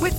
With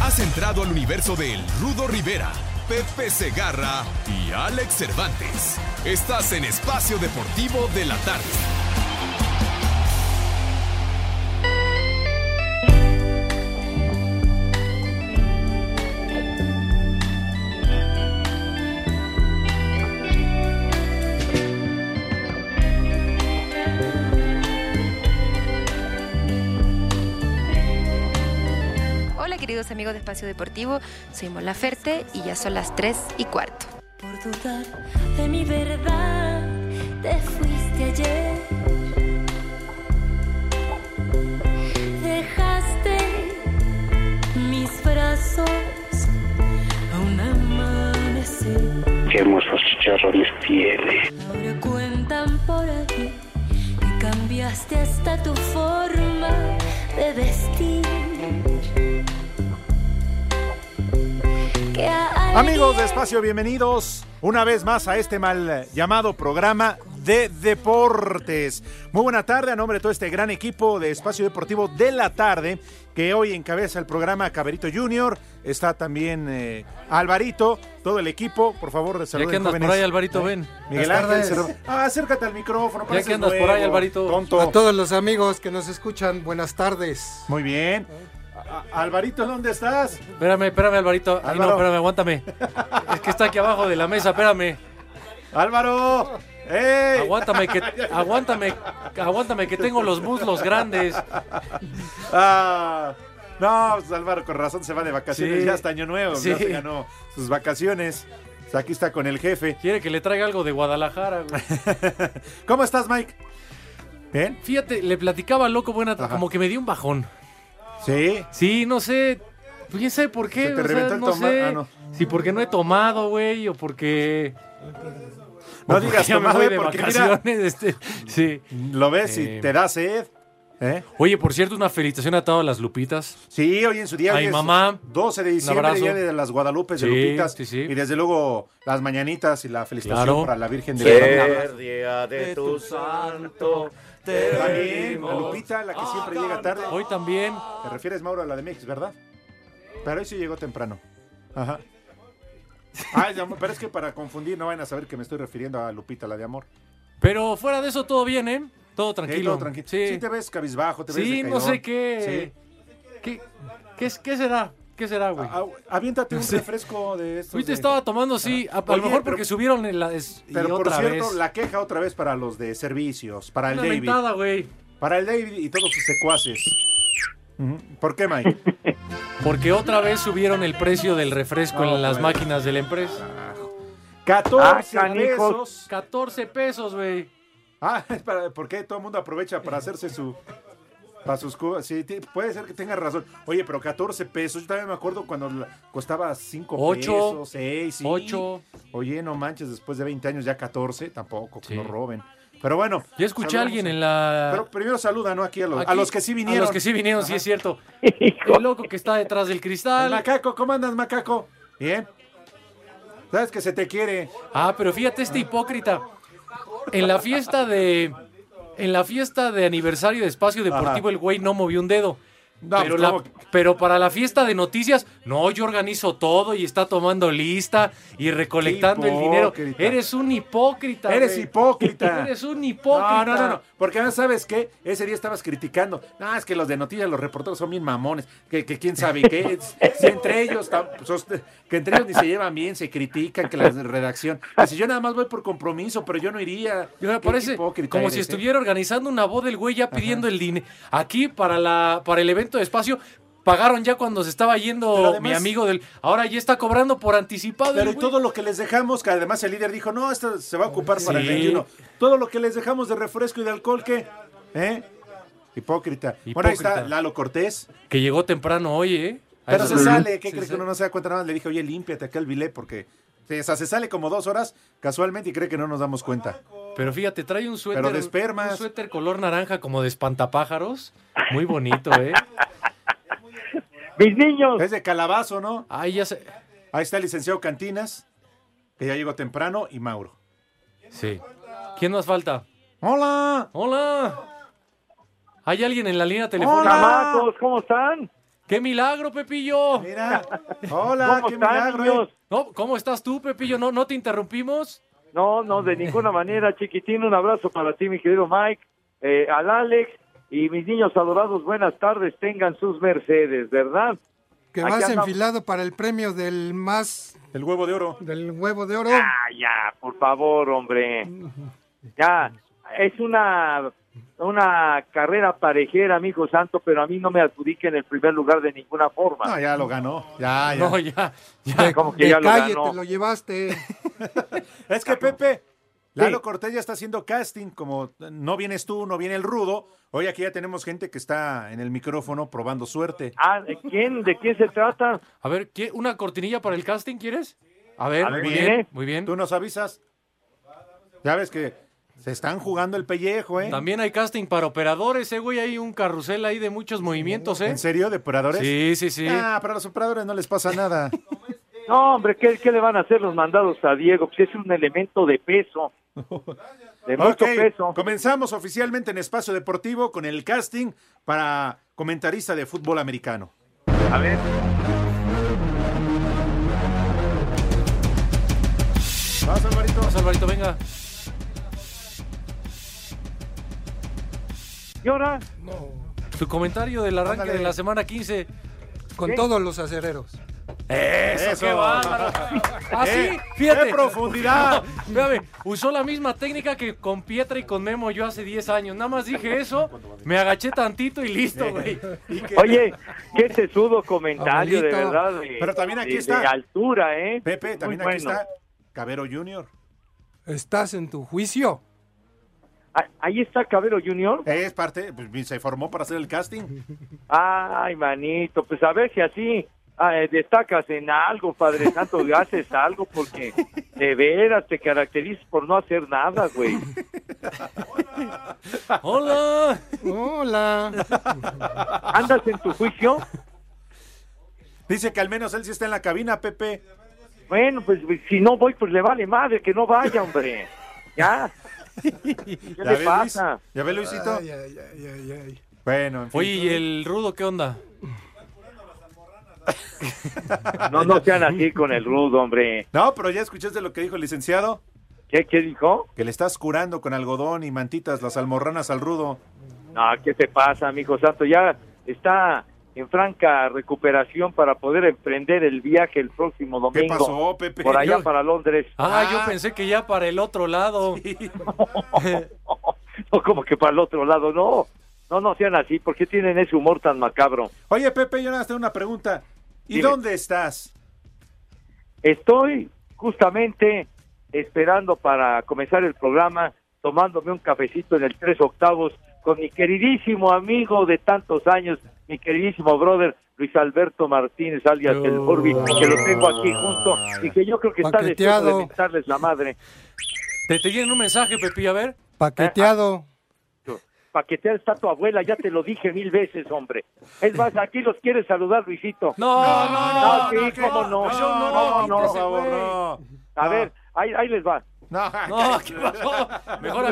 Has entrado al universo de El Rudo Rivera, Pepe Segarra y Alex Cervantes. Estás en Espacio Deportivo de la Tarde. Hola queridos amigos de Espacio Deportivo, soy Mola Ferte y ya son las 3 y cuarto. Por dudar de mi verdad, te fuiste ayer. Dejaste mis brazos a un amanecer. Qué hermosos chicharrones tiene. Ahora cuentan por aquí que cambiaste hasta tu forma de vestir. Que a Amigos de alguien Espacio, bienvenidos una vez más a este mal llamado programa de deportes. Muy buena tarde a nombre de todo este gran equipo de Espacio Deportivo de la tarde que hoy encabeza el programa Caberito Junior. Está también eh, Alvarito, todo el equipo. Por favor, saluden que andas jóvenes. por ahí, Alvarito, ven. Miguel Buenas Ángel, tardes. Cerv- ah, acércate al micrófono. Ya pareces que andas por ahí, nuevo, Alvarito. Tonto. A todos los amigos que nos escuchan, buenas tardes. Muy bien. A- a- Alvarito, ¿dónde estás? Espérame, espérame, Alvarito. Ay, no, Álvaro. espérame, aguántame. Es que está aquí abajo de la mesa, espérame. Álvaro. ¡Ey! Aguántame que, aguántame, aguántame que tengo los muslos grandes. Ah, no, pues, Álvaro con razón se va de vacaciones Sí. ya hasta año nuevo, Sí. ya se ganó sus vacaciones. O sea, aquí está con el jefe. Quiere que le traiga algo de Guadalajara, güey. ¿Cómo estás, Mike? ¿Bien? Fíjate, le platicaba al loco buena, Ajá. como que me dio un bajón. Sí. Sí, no sé. Quién sabe por qué. Se te o sea, reventó el no toma- sé. ah, no. Si porque no he tomado, güey, o porque. No o digas porque ya me tomado, voy de porque mira- vacaciones. este, sí. Lo ves y Eh. te da sed. ¿Eh? Oye, por cierto, una felicitación a todas las lupitas. Sí, hoy en su día. A hoy mi es mamá, 12 de diciembre, abrazo. día de las Guadalupe de Sí, Lupitas. sí, sí. Y desde luego las mañanitas y la felicitación Claro. para la Virgen de Guadalupe. Ser día de tu santo, te También, la pedimos. Lupita, la que siempre llega tarde. Hoy también. Te refieres, Mauro, a la de Mex, ¿verdad? Pero hoy sí llegó temprano. Ajá. Ay, de amor, pero es que para confundir no van a saber que me estoy refiriendo a Lupita, la de amor. Pero fuera de eso, todo bien, ¿eh? Todo Sí, tranquilo. todo tranquilo. Sí, Sí te ves cabizbajo, te ves Sí, decaidón. no sé qué. ¿Qué, qué, es- qué será? ¿Qué será, Sí. güey? A- a- aviéntate un Sí. refresco de estos. Hoy te de- estaba tomando, sí. A, a Oye, lo mejor pero- porque subieron en la. es- y Pero por otra cierto, vez. la queja otra vez para los de servicios, para el Una David. mentada, güey. Para el David y todos sus secuaces. Ujú. ¿Por qué, Mike? Porque otra vez subieron el precio del refresco No, en las güey. máquinas de la empresa. 14 canijo. pesos. 14 pesos, güey. Ah, es para, porque todo el mundo aprovecha para hacerse su. Para sus cubas. Sí, ti- puede ser que tengas razón. Oye, pero 14 pesos. Yo también me acuerdo cuando la- costaba 5 Ocho. pesos, 6, 8. Oye, no manches, después de 20 años ya 14. Tampoco, que Sí. lo roben. Pero bueno. Yo escuché a saludamos alguien a- en la. Pero primero saluda, ¿no? Aquí a los, a Aquí, los que sí vinieron. A los que sí vinieron, sí es cierto. El loco que está detrás del El cristal. macaco, ¿cómo andas, macaco? Bien. Sabes que se te quiere. Ah, pero fíjate este hipócrita. En la fiesta de en la fiesta de aniversario de Espacio Deportivo el güey no movió un dedo. No, pero, pues, la- ¿cómo? pero para la fiesta de noticias, no, yo organizo todo y está tomando lista y recolectando el dinero. hipócrita. Eres un hipócrita. Eres güey. hipócrita. Eres un hipócrita. No, no, no, no. Porque ahora sabes qué, ese día estabas criticando. No, es que los de noticias, los reporteros son bien mamones. Que, que quién sabe qué. Es- Si entre ellos, tam- sos- que entre ellos ni se llevan bien, se critican, que la redacción. Que si yo nada más voy por compromiso, pero yo no iría. Y me Qué parece como hipócrita si eres, ¿eh? estuviera organizando una boda el güey ya pidiendo el dinero. Aquí para la para el evento de espacio pagaron ya cuando se estaba yendo Pero además- mi amigo del. Ahora ya está cobrando por anticipado. el Pero y güey. todo lo que les dejamos, que además el líder dijo, no, esto se va a ocupar para el Sí. 21. Todo lo que les dejamos de refresco y de alcohol, ¿qué? ¿Eh? Hipócrita. Bueno, ahí está Hipócrita. Lalo Cortés. Que llegó temprano hoy, ¿eh? A Pero eso- se sale, ¿qué Sí, crees sí. que uno no se da cuenta? Nada más le dije, oye, límpiate acá el bilé porque... O sea, se sale como dos horas casualmente y cree que no nos damos cuenta. Pero fíjate, trae un suéter. Pero de espermas. Un suéter color naranja como de espantapájaros. Muy bonito, ¿eh? ¡Mis niños! Es de calabazo, ¿no? Ahí ya se... Ahí está el licenciado Cantinas, que ya llegó temprano, y Mauro. Sí. ¿Quién nos falta? ¡Hola! ¡Hola! ¿Hay alguien en la línea telefónica? Chamacos, ¿cómo están? ¡Qué milagro, Pepillo! Mira. Hola, ¿Cómo qué están, milagro. ¿eh? niños? No, ¿Cómo estás tú, Pepillo? ¿No, ¿No te interrumpimos? No, no, de ninguna manera, chiquitín. Un abrazo para ti, mi querido Mike, eh, al Alex y mis niños adorados. Buenas tardes, tengan sus Mercedes, ¿verdad? Que Aquí vas andamos. enfilado para el premio del más... Del huevo de oro. Del huevo de oro. Ah, ya, por favor, hombre. Ya, es una, una carrera parejera, mi hijo santo, pero a mí no me adjudiquen el primer lugar de ninguna forma. No, ya lo ganó. Ya, ya. No, ya. Como que de ya lo calle ganó. te lo llevaste. Es que Pepe, Lalo Cortés ya está haciendo casting, como no vienes tú, no viene el rudo. Hoy aquí ya tenemos gente que está en el micrófono probando suerte. Ah, ¿de quién? ¿De quién se trata? A ver, ¿qué- ¿una cortinilla para el casting quieres? A ver, A ver, muy viene. bien, muy bien. Tú nos avisas. Ya ves que se están jugando el pellejo, ¿eh? También hay casting para operadores, ¿eh, güey? Hay un carrusel ahí de muchos movimientos, ¿eh? ¿En serio? ¿De operadores? Sí, sí, sí. Ah, pero a los operadores no les pasa nada. No, hombre, ¿qué, qué le van a hacer los mandados a Diego? Pues es un elemento de peso. De mucho Ok, peso. comenzamos oficialmente en Espacio Deportivo con el casting para comentarista de fútbol americano. A ver. Vas, Alvarito. Vamos, Alvarito, venga. ¿Y ahora? Tu comentario del arranque Ándale. de la semana 15. Con todos los acereros. Eso, qué bárbaro. ¿Ah, Así, Eh, fíjate. qué profundidad. Fíjame, usó la misma técnica que con Pietra y con Memo yo hace 10 años. Nada más dije eso, me agaché tantito y listo, güey. Oye, qué sesudo comentario, de Abuelito. verdad. de- Pero también aquí de- está. De altura, ¿eh? Pepe, también Muy aquí bueno. está Cabero Junior. ¿Estás en tu juicio? Ah, Ahí está Cabero Junior. Es parte, pues, se formó para hacer el casting. Ay, manito, pues a ver si así ah, eh, destacas en algo, Padre Santo, y haces algo, porque de veras te caracterizas por no hacer nada, güey. Hola. Hola. ¿Andas en tu juicio? Dice que al menos él sí está en la cabina, Pepe. Bueno, pues si no voy, pues le vale madre que no vaya, hombre. Ya. ¿Qué le ves, Luis? pasa? ¿Ya ves, Luisito? Ay, ay, ay, ay, ay. Bueno, en fin. Oye, ¿y el rudo qué onda? No, no sean así con el rudo, hombre. No, pero ya escuchaste lo que dijo el licenciado. ¿Qué, qué dijo? Que le estás curando con algodón y mantitas las almorranas al rudo. No, ¿qué te pasa, mijo santo? Ya está en franca recuperación para poder emprender el viaje el próximo ¿Qué domingo. pasó, Pepe? Por allá Yo- para Londres. Ah, Ah. yo pensé que ya para el otro lado. No, como que para el otro lado, no. No, no sean así. ¿Por qué tienen ese humor tan macabro? Oye, Pepe, yo nada más tengo una pregunta. ¿Y Dime. dónde estás? Estoy justamente esperando para comenzar el programa, tomándome un cafecito en el tres octavos con mi queridísimo amigo de tantos años, mi queridísimo brother Luis Alberto Martínez, alias el Orbi, que lo tengo aquí junto y que yo creo que está deseoso de Paqueteado. mentarles la madre. Te, te tienen un mensaje, Pepillo, a ver. Paqueteado. Eh, ah, Paquetear está tu abuela, ya te lo dije mil veces, hombre. Es más, aquí los quiere saludar, Luisito. No, no, no. no, sí, que- cómo no. yo no, No, no, por no. favor, no. A No, ver, ahí, ahí les va. No, No, ¿qué pasó? ¿Por Mejor qué te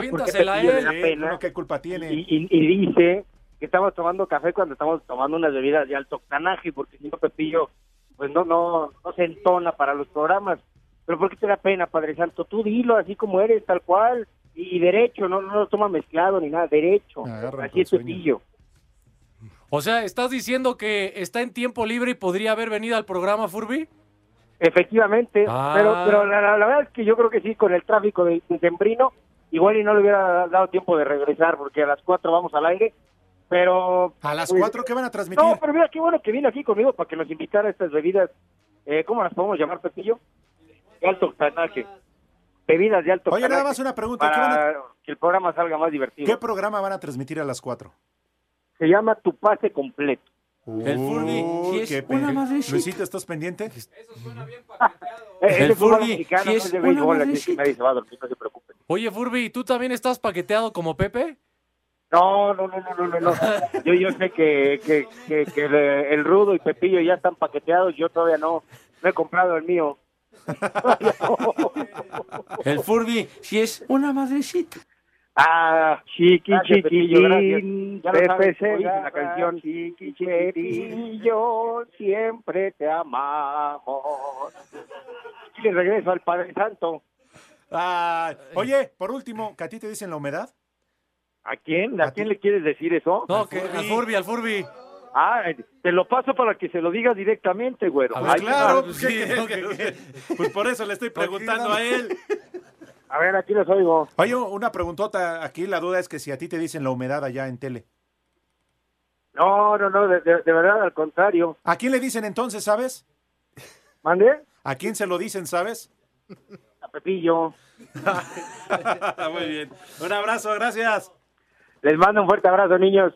aviéntasela a piden él. la Sí, pena? uno, ¿Qué culpa tiene? y, y- y dice que estamos tomando café cuando estamos tomando unas bebidas de alto octanaje, porque si no Pepillo, pues no, no, no se entona para los programas. Pero ¿por qué te da pena, Padre Santo? Tú dilo así como eres, tal cual, y, y derecho, no, no lo toma mezclado ni nada, derecho. así es Pepillo. O sea, ¿estás diciendo que está en tiempo libre y podría haber venido al programa, Furby? Efectivamente, Ah. pero, pero la, la- la verdad es que yo creo que sí, con el tráfico de de Sembrino, igual y no le hubiera dado tiempo de regresar, porque a las 4 vamos al aire, pero... ¿A las pues, 4 qué van a transmitir? No, pero mira, qué bueno que vino aquí conmigo para que nos invitara a estas bebidas, eh, ¿cómo las podemos llamar, Pepillo? De alto octanaje. Bebidas de alto Oye, nada octanaje más una pregunta. ¿qué, van Para a- que el programa salga más divertido. qué programa van a transmitir a las 4? Se llama Tu Pase Completo. El Furby, ¿y es una madrecita? Luisito, ¿estás pendiente? Eh, es El de fútbol Furby, mexicano, sí no es es de una béisbol, así es que madrecita. nadie se va a dormir, no se preocupe. Oye, Furby, ¿tú también estás paqueteado como Pepe? No, no, no, no, no, no, no. Yo, yo sé que, que, que, que el, eh, el Rudo y Pepillo ya están paqueteados, yo todavía no, no he comprado el mío. El Furby, si es una madrecita. Ah, chiqui, Gracias, Pepillo, chiquitín, gracias. ya lo sabes, Pepe como dice la Segarra, canción. Pepillo, siempre te amamos. Y le regreso al Padre Santo. Ah, oye, por último, ¿que a ti te dicen la humedad? ¿A quién? ¿A quién le quieres decir eso? No, que- al Furby, al Furby. Ah, te lo paso para que se lo digas directamente, güero. Pues Ahí claro, está. pues, ¿qué- qué- qué- pues por eso le estoy preguntando a él. A ver, aquí los oigo. Oye, una preguntota. Aquí la duda es que si a ti te dicen la humedad allá en tele. No, no, no, de, de- de verdad, al contrario. ¿A quién le dicen entonces, sabes? ¿Mande? ¿A quién se lo dicen, sabes? A Pepillo. Muy bien. Un abrazo, gracias. Les mando un fuerte abrazo, niños.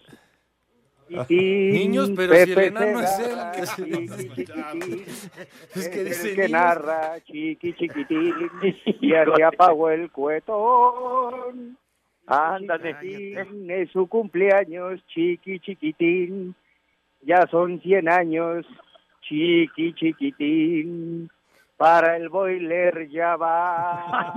Ah. Niños, pero si el enano es él, Segarra, que se lo chiquitín, Es que es dice el que niños. narra, chiqui, chiquitín, y así apagó el cuetón. Ándale, fin, es su cumpleaños, chiqui, chiquitín. Ya son 100 años, chiqui, chiquitín. Para el boiler ya va.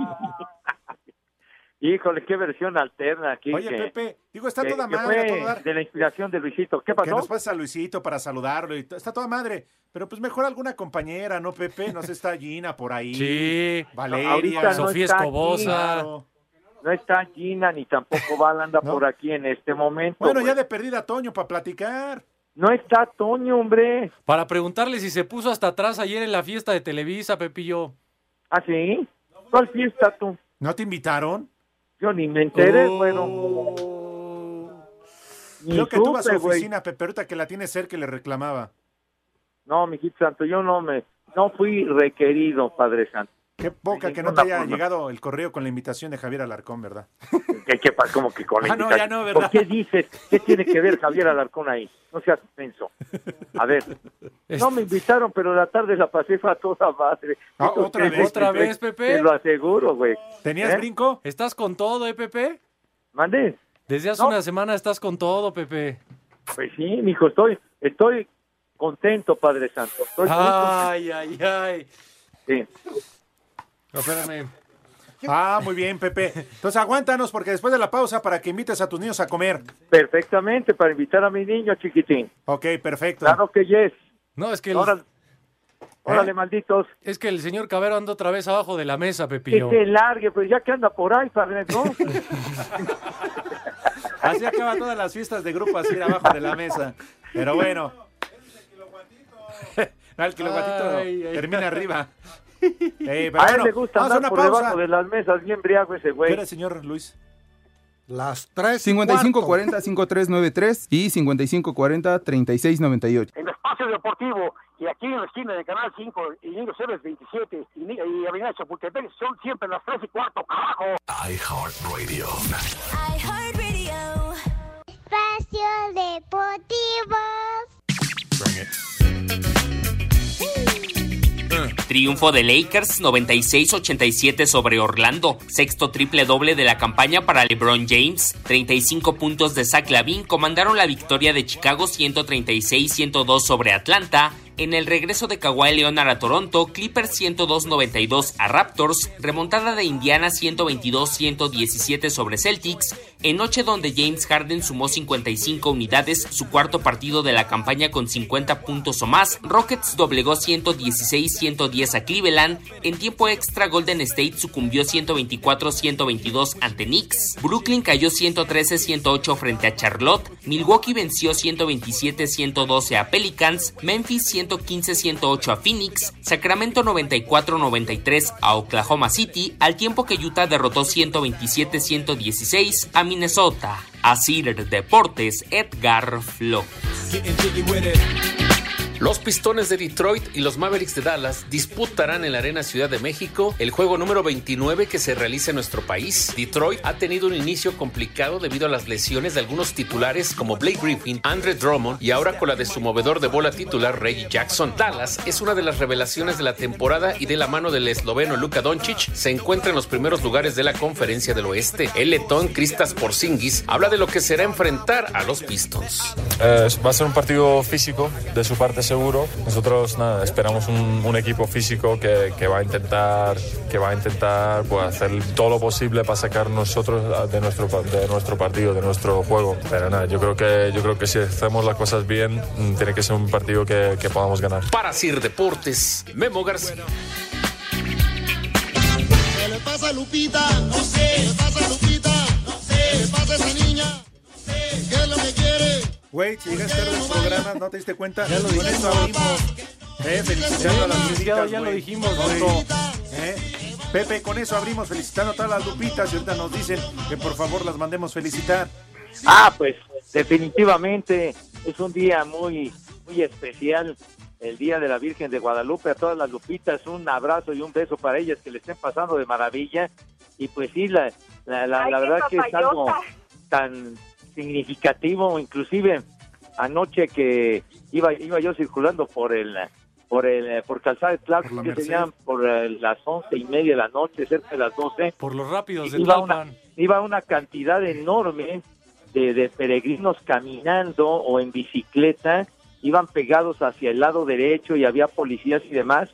Híjole, qué versión alterna aquí. Oye, que- Pepe, digo, está que- toda que madre, a fue todo dar. De la inspiración de Luisito. ¿Qué Que pasó? nos pases a Luisito para saludarlo y to- está toda madre. Pero pues mejor alguna compañera, ¿no, Pepe? No sé, está Gina por ahí. Sí. Valeria. Ahorita no está aquí. Claro. No está Gina ni tampoco Val anda por aquí en este momento. Bueno, güey. ya de perdida a Toño para platicar. No está Toño, hombre. Para preguntarle si se puso hasta atrás ayer en la fiesta de Televisa, Pepillo. ¿Ah, sí? ¿Cuál fiesta tú? ¿No te invitaron? Yo ni me enteré, Oh. bueno. Ni Creo que tú vas a supe, su güey. oficina, Pepe, ahorita que la tiene cerca y le reclamaba. No, mijito santo, yo no me... No fui requerido, Padre Santo. Qué poca que no te ninguna haya forma. llegado el correo con la invitación de Javier Alarcón, ¿verdad? ¿Qué, qué pasa? ¿Cómo que con la Ah, no, invitación? ya no, ¿verdad? ¿Por qué dices? ¿Qué tiene que ver Javier Alarcón ahí? No seas penso. A ver. No me invitaron, pero la tarde la pasé a toda madre. Ah, Eso ¿otra te- vez? ¿Otra te- vez, Pepe? Te lo aseguro, güey. ¿Tenías ¿Eh? brinco? ¿Estás con todo, eh, Pepe? ¿Mande? Desde hace una semana estás con todo, Pepe. Pues sí, mijo, estoy, estoy contento, Padre Santo. Estoy muy Ay, ay, ay. Sí. No, espérame. Ah, muy bien, Pepe. Entonces aguántanos porque después de la pausa para que invites a tus niños a comer. Perfectamente, para invitar a mi niño chiquitín. Ok, perfecto. Claro que yes. No, es que el, ¿Eh? Órale, órale, malditos. es que el señor Cabero anda otra vez abajo de la mesa, Que Pepillo. se largue, pues ya que anda por ahí, Padre, ¿no? Así acaban todas las fiestas de grupo, así abajo de la mesa. Pero bueno. No, el kilovatito Ay, ay. termina arriba. Eh, pero a él bueno, le gusta vamos a andar una por pausa. debajo de las mesas, bien briago ese ¿Qué güey. era, señor Luis? Las 3 cuarto. 5540-5393 y 5540-3698. En Espacio Deportivo y aquí en la esquina de Canal 5 y Niños Héroes 27 y, Ni- y Avenida Chapultepec son siempre las 3 y cuarto, carajo. iHeartRadio. Espacio Deportivo. Triunfo de Lakers 96-87 sobre Orlando, sexto triple doble de la campaña para LeBron James, 35 puntos de Zach Lavin comandaron la victoria de Chicago 136-102 sobre Atlanta. En el regreso de Kawhi Leonard a Toronto, Clippers 102-92 a Raptors, remontada de Indiana 122-117 sobre Celtics, En noche donde James Harden sumó 55 unidades, su cuarto partido de la campaña con 50 puntos o más, Rockets doblegó 116-110 a Cleveland. En tiempo extra, Golden State sucumbió 124-122 ante Knicks. Brooklyn cayó 113-108 frente a Charlotte. Milwaukee venció 127-112 a Pelicans. Memphis 115-108 a Phoenix. Sacramento 94-93 a Oklahoma City, al tiempo que Utah derrotó 127-116 a Minnesota. A Cedar Deportes, Edgar Flo. Los Pistones de Detroit y los Mavericks de Dallas disputarán en la Arena Ciudad de México el juego número 29 que se realiza en nuestro país. Detroit ha tenido un inicio complicado debido a las lesiones de algunos titulares como Blake Griffin, Andre Drummond y ahora con la de su movedor de bola titular Reggie Jackson. Dallas es una de las revelaciones de la temporada y de la mano del esloveno Luka Doncic se encuentra en los primeros lugares de la Conferencia del Oeste. El letón Kristaps Porzingis habla de lo que será enfrentar a los Pistons. Eh, va a ser un partido físico, de su parte seguro. Nosotros nada, esperamos un, un equipo físico que, que va a intentar, que va a intentar pues, hacer todo lo posible para sacar nosotros de nuestro, pa- de nuestro partido, de nuestro juego. Pero nada, yo creo que, yo creo que si hacemos las cosas bien, mm, tiene que ser un partido que, que podamos ganar. Para Sir Deportes, Memo García. ¿Qué le pasa a Lupita? No sé. ¿Qué le pasa a Lupita? No sé. ¿Qué le pasa a esa niña? No sé. ¿Qué es lo que quiere? Güey, si llegas tarde al programa, ¿no te diste cuenta? Ya lo Con esto abrimos. Eh, felicitando a las lupitas, ya lo güey. dijimos, Güey. Otto. Eh, Pepe, con eso abrimos felicitando a todas las lupitas y ahorita nos dicen que por favor las mandemos felicitar. Ah, pues definitivamente es un día muy, muy especial, el Día de la Virgen de Guadalupe. A todas las lupitas, un abrazo y un beso para ellas que le estén pasando de maravilla. Y pues sí, la, la, la- la Ay, qué verdad que es algo papayota. tan significativo, inclusive anoche que iba, iba yo circulando por el por el eh, por calzada de Tlalpan, que Merced. serían por eh, las once y media de la noche, cerca de las doce, Por los rápidos de iba una, Tlalpan. iba una cantidad enorme de, de peregrinos caminando o en bicicleta, iban pegados hacia el lado derecho y había policías y demás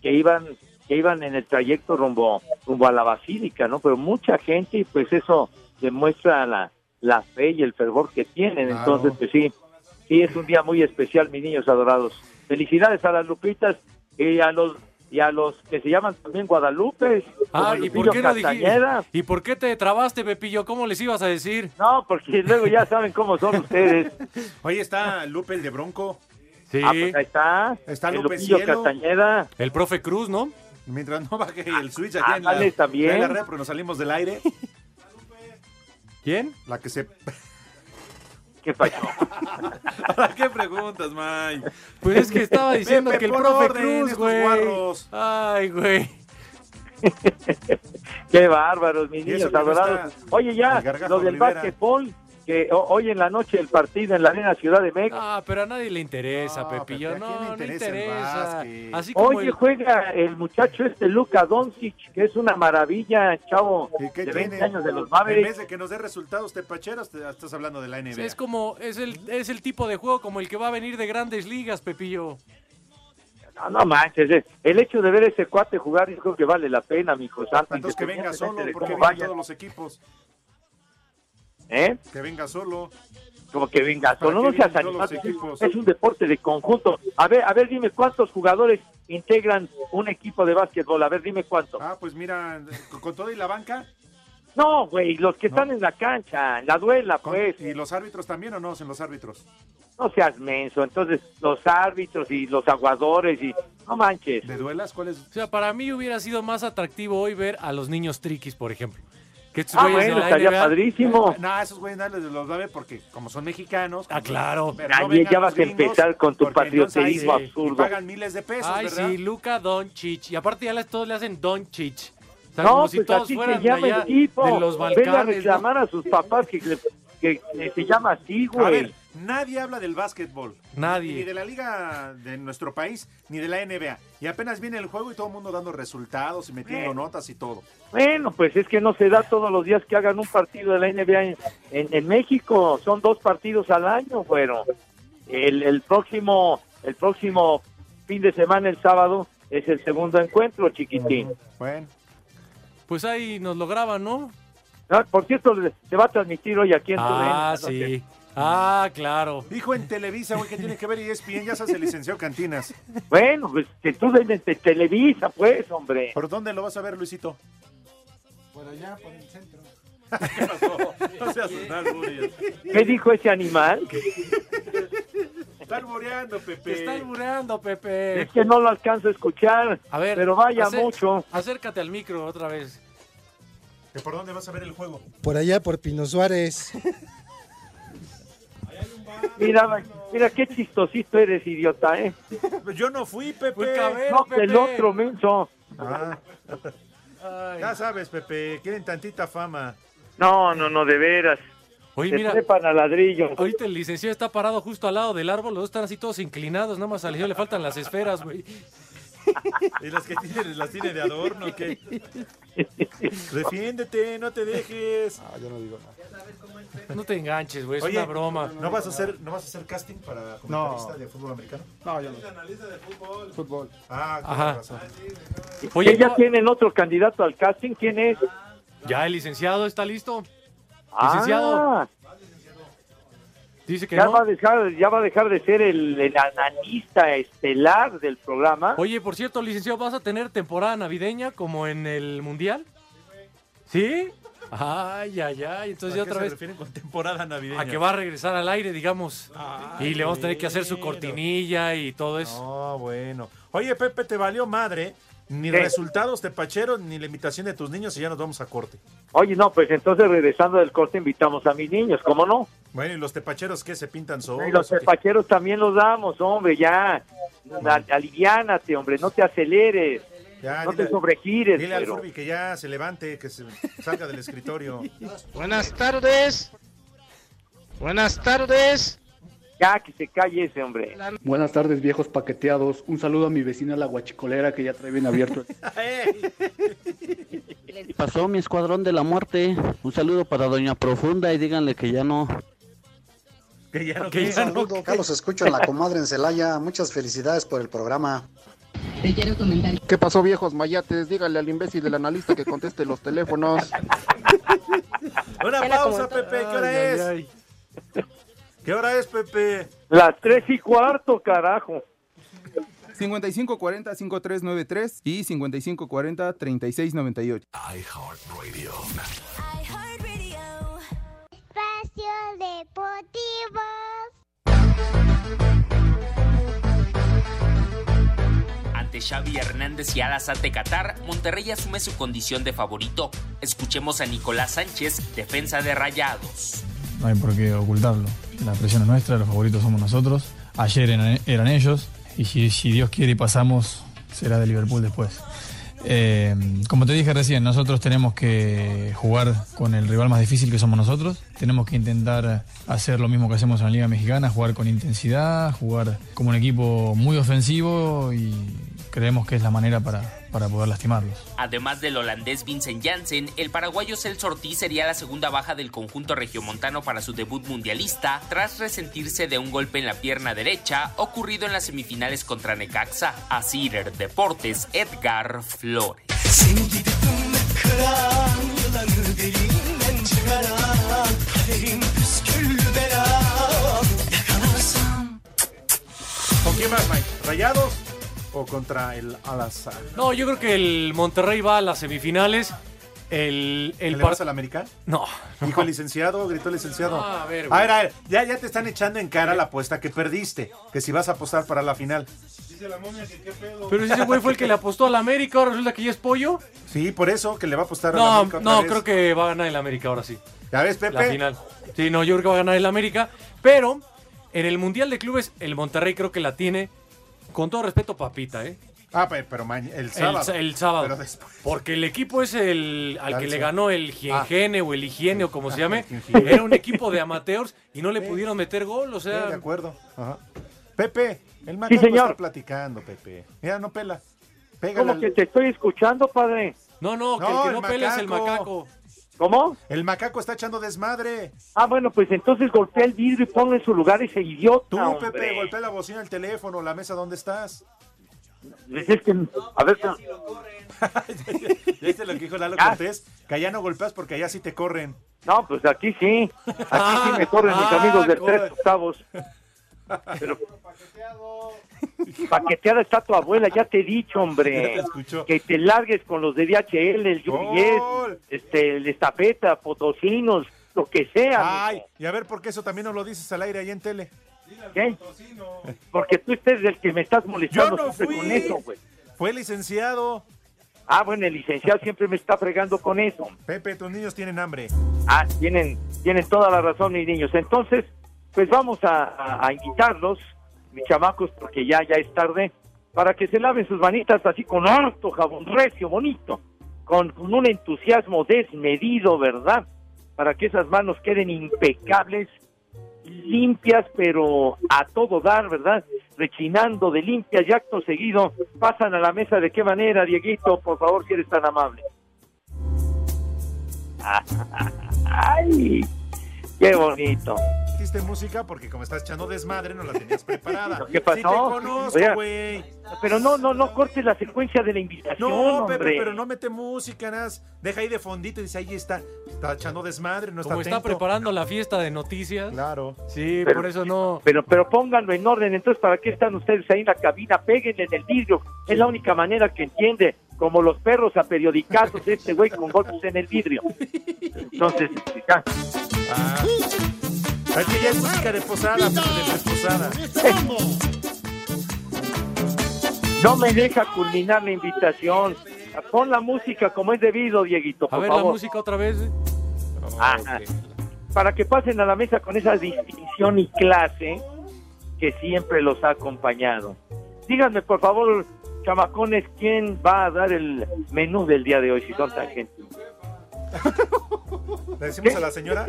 que iban que iban en el trayecto rumbo rumbo a la basílica, ¿no? Pero mucha gente y pues eso demuestra la, la fe y el fervor que tienen. Entonces, pues sí, sí es un día muy especial, mis niños adorados. Felicidades a las Lupitas y a los y a los que se llaman también Guadalupe. Ah, como ¿y por Lupillo qué no dijiste? Castañeda. ¿Y por qué te trabaste, Pepillo? ¿Cómo les ibas a decir? No, porque luego ya saben cómo son ustedes. Oye, está Lupe el de Bronco. Sí. Ah, pues ahí está. Está El Lupe Lupillo Cielo. Castañeda. El profe Cruz, ¿no? Mientras no baje el switch allá en la, Ándale, también. en la red, pero nos salimos del aire. ¿Quién? La que se... ¿Qué pasó? ¿Para qué preguntas, Mike? Pues es que estaba diciendo Pepe, que el pon profe orden, Cruz, estos güey. guarros. Ay, güey. Qué bárbaros, mis Y eso niños que no adorados. está Oye, ya, el Gargajo lo del Rivera. básquetbol, que ho- hoy en la noche el partido en la Arena Ciudad de México. Ah, pero a nadie le interesa, Pepillo. Pepe, ¿a quién no, le no interesa el interesa. básquet? Así como Oye, el- juega el muchacho este Luca Doncic, que es una maravilla, chavo, ¿Y qué de tiene? 20 años de los En vez Mavericks. de que nos dé resultados tepacheros, te- estás hablando de la NBA. es como, es el, es el tipo de juego como el que va a venir de grandes ligas, Pepillo. No, no manches, eh. el hecho de ver ese cuate jugar, yo creo que vale la pena, mi hijo santo. Entonces que venga solo, independientemente de porque cómo vienen vaya. todos los equipos. ¿Eh? Que venga solo. Como que venga ¿Para solo, qué no seas vienen todos animal, los equipos? Es un deporte de conjunto. A ver, a ver, dime cuántos jugadores integran un equipo de básquetbol. A ver, dime cuántos. Ah, pues mira, con- con todo y la banca. No, güey, los que están en la cancha, en la duela, con- pues. ¿Y los árbitros también o no? En los árbitros. No seas menso. Entonces, los árbitros y los aguadores y. No manches. ¿De duelas? ¿Cuál es? O sea, para mí hubiera sido más atractivo hoy ver a los niños triquis, por ejemplo. Que estos Ah, güeyes de bueno, la estaría NBA padrísimo. No, esos güeyes nadie les los va a ver porque, como son mexicanos. pues, Ah, claro. pero Ahí vengan ya los vas a empezar con tu porque entonces ahí patriotismo sí, absurdo. Pagan miles de pesos, Ay, ¿verdad? sí, Luca Doncic. Y aparte ya les- todos le hacen Doncic. O sea, no, como pues si todos así fueran se de llama el allá, equipo. de los Ven a Balcanes. ¿no? reclamar a sus papás que, le- que, que se llama así, A güey. ver, nadie habla del básquetbol. Nadie. Ni de la liga de nuestro país, ni de la NBA. Y apenas viene el juego y todo el mundo dando resultados y metiendo notas y todo. Bueno, pues es que no se da todos los días que hagan un partido de la NBA en, en- en México. Son dos partidos al año, bueno. El, el próximo el próximo fin de semana, el sábado, es el segundo encuentro, chiquitín. Bueno, Pues ahí nos lo graban, ¿no? Ah, Por cierto, le- se va a transmitir hoy aquí en Ah, TUDN. sí. Ah, claro. Dijo en Televisa, güey, que tiene que ver y E es bien, ya se hace licenciado Cantinas. Bueno, pues que tú desde Televisa, pues, hombre. ¿Por dónde lo vas a ver, Luisito? Por allá, por el centro. ¿Qué pasó? No seas un albures. ¿Qué dijo ese animal? Está albureando, Pepe. Te está albureando, Pepe. Es que no lo alcanzo a escuchar. A ver, pero vaya acé- mucho. Acércate al micro otra vez. ¿Que por dónde vas a ver el juego? Por allá, por Pino Suárez. Mira, mira qué chistosito eres, idiota, ¿eh? Pues, Yo no fui, Pepe. No, el otro menso. Ah. Ya sabes, Pepe, quieren tantita fama. No, no, no, de veras. Oye, Se mira. trepan al ladrillo. Ahorita el licenciado está parado justo al lado del árbol, los dos están así todos inclinados, nada más al licenciado le faltan las esferas, güey. ¿Y las que tiene, las tiene de adorno o qué? Defiéndete, no te dejes. Ah, yo no digo nada. No te enganches, güey, es Oye, una broma. ¿no vas, a hacer, ¿No vas a hacer casting para comentarista No. de fútbol americano? No, yo no. analista de fútbol. Fútbol. Ah, tienes Ajá. razón. Oye, ya tienen otro candidato al casting. ¿Quién es? Ya el licenciado está listo. Ah. Licenciado. Dice que ya no. va a dejar, ya va a dejar de ser el, el analista estelar del programa. Oye, por cierto, licenciado, ¿vas a tener temporada navideña como en el Mundial? ¿Sí? Ay, ay, ay. Entonces ya ¿A qué otra se vez. refieren con temporada navideña? A que va a regresar al aire, digamos. y le vamos a tener que hacer su bueno. cortinilla y todo eso. No, bueno. Oye, Pepe, te valió madre. Ni ¿Qué? resultados de Pachero, ni la imitación de tus niños y ya nos vamos a corte. Oye, no, pues entonces regresando del corte invitamos a mis niños, ¿cómo no? Bueno, ¿y los tepacheros qué se pintan solos? Y los o qué? tepacheros también los damos, hombre, ya. Al- Aliviánate, hombre, no te aceleres. Ya, no dile- te sobregires. Dile al pero- Furby que ya se levante, que se salga del escritorio. Buenas tardes. Buenas tardes. Ya, que se calle ese hombre. Buenas tardes, viejos paqueteados. Un saludo a mi vecina la guachicolera que ya trae bien abierto. Y pasó mi escuadrón de la muerte. Un saludo para Doña Profunda y díganle que ya no. Que ya no, que ya no, que- Carlos, escucho a la comadre en Celaya. Muchas felicidades por el programa. Te quiero comentar. ¿Qué pasó, viejos mayates? Dígale al imbécil del analista que conteste los teléfonos. Una Ya la pausa, comentó. Pepe, ¿qué hora Ay, es? ¿Qué hora es, Pepe? Las tres y cuarto, carajo. 5540-5393 y 5540-3698. Espacio Deportivo. Ante Xavi Hernández y Al Sadd de Qatar, Monterrey asume su condición de favorito. Escuchemos a Nicolás Sánchez, defensa de Rayados. no hay por qué ocultarlo. La presión es nuestra, los favoritos somos nosotros. Ayer eran, eran ellos y si, si Dios quiere y pasamos, será de Liverpool después. Eh, como te dije recién, nosotros tenemos que jugar con el rival más difícil que somos nosotros. Tenemos que intentar hacer lo mismo que hacemos en la Liga Mexicana, jugar con intensidad, jugar como un equipo muy ofensivo y creemos que es la manera para, para poder lastimarlos. Además del holandés Vincent Janssen, el paraguayo Celso Ortiz sería la segunda baja del conjunto regiomontano para su debut mundialista tras resentirse de un golpe en la pierna derecha ocurrido en las semifinales contra Necaxa. A Cider Deportes, Edgar Flores. Kıran yılanı deliğinden çıkaran kaderim püsküllü belam. Yakalarsam ¿Con quién más, Mike? ¿Rayados o contra el Al-Azhar? No, yo creo que el Monterrey va a las semifinales. El, el ¿Le par- vas al América? No. Dijo el licenciado, gritó el licenciado. No, a ver, a güey. ver, a ver, ya, ya te están echando en cara la apuesta que perdiste, que si vas a apostar para la final. Dice la momia que qué pedo. Pero si ese güey fue el que le apostó al América, ahora resulta que ya es pollo. Sí, por eso, que le va a apostar al No, América otra no, vez. creo que va a ganar el América ahora sí. ¿Ya ves, Pepe? La final. Sí, no, yo creo que va a ganar el América. Pero en el Mundial de Clubes, el Monterrey creo que la tiene, con todo respeto, papita, ¿eh? Ah, pe- pero maña- el El sábado. sa- El, sábado. Pero después. Porque el equipo es el al que Calcio. le ganó el Giengene Ah. o el Higiene o como se llame. Higiene. Era un equipo de amateurs y no le pudieron meter gol, o sea. Sí, de acuerdo. Ajá. Pepe, el macaco Sí, señor. está platicando, Pepe. Mira, no pela. Pégale ¿Cómo al- que te estoy escuchando, padre? No, no, que el que No, no el pela es el macaco. ¿Cómo? El macaco está echando desmadre. Ah, bueno, pues entonces golpea el vidrio y ponlo en su lugar ese idiota. Tú, hombre. Pepe, golpea la bocina, el teléfono, la mesa, ¿dónde estás? Pues es que- a ver, ¿Ya viste lo que dijo Lalo Cortés? Que allá no golpeas porque allá sí te corren. No, pues aquí sí. Aquí sí me corren mis Ah, amigos de corre. tres octavos. Pero... Paqueteada está tu abuela, ya te he dicho, hombre. Ya te escuchó. Que te largues con los de DHL, el Juliet, este, el Estafeta, Potosinos, lo que sea. Ay, y a ver por qué eso también nos lo dices al aire ahí en tele. ¿Qué? Porque tú estés el que me estás molestando Yo no siempre fui. con eso, güey. Fue licenciado. Ah, bueno, el licenciado siempre me está fregando con eso. Pepe, tus niños tienen hambre. Ah, tienen, tienen toda la razón, mis niños. Entonces, pues vamos a, a- a invitarlos, mis chamacos, porque ya, ya es tarde, para que se laven sus manitas así con harto jabón recio, bonito, con, con un entusiasmo desmedido, ¿verdad? Para que esas manos queden impecables, limpias, pero a todo dar, ¿verdad? Rechinando de limpias y acto seguido, pasan a la mesa. ¿De qué manera, Dieguito? Por favor, si eres tan amable. ¡Ay! ¡Qué bonito! Hiciste música porque como estás echando desmadre no la tenías preparada. ¿Qué pasó? Sí te conozco, Oiga, güey. Pero no, no, no cortes la secuencia de la invitación, No, hombre. Pepe, pero no mete música, nada. más. Deja ahí de fondito y dice, ahí está. Está echando desmadre, no está Como está atento. preparando la fiesta de noticias. Claro. Sí, Pero- por eso no. Pero, pero pónganlo en orden. Entonces, ¿para qué están ustedes ahí en la cabina? Péguenle en el vidrio. Es la única manera que entiende. Como los perros a periodicazos, este güey con golpes en el vidrio. Entonces, ya. Ah. Es que ya es música de posada, de posada. No me deja culminar la invitación. Pon la música como es debido, Dieguito, por A ver la favor. música otra vez. eh. Ajá. Para que pasen a la mesa con esa distinción y clase que siempre los ha acompañado. Díganme, por favor, chamacones, ¿quién va a dar el menú del día de hoy, si son tan gentiles? ¿Le decimos a la señora?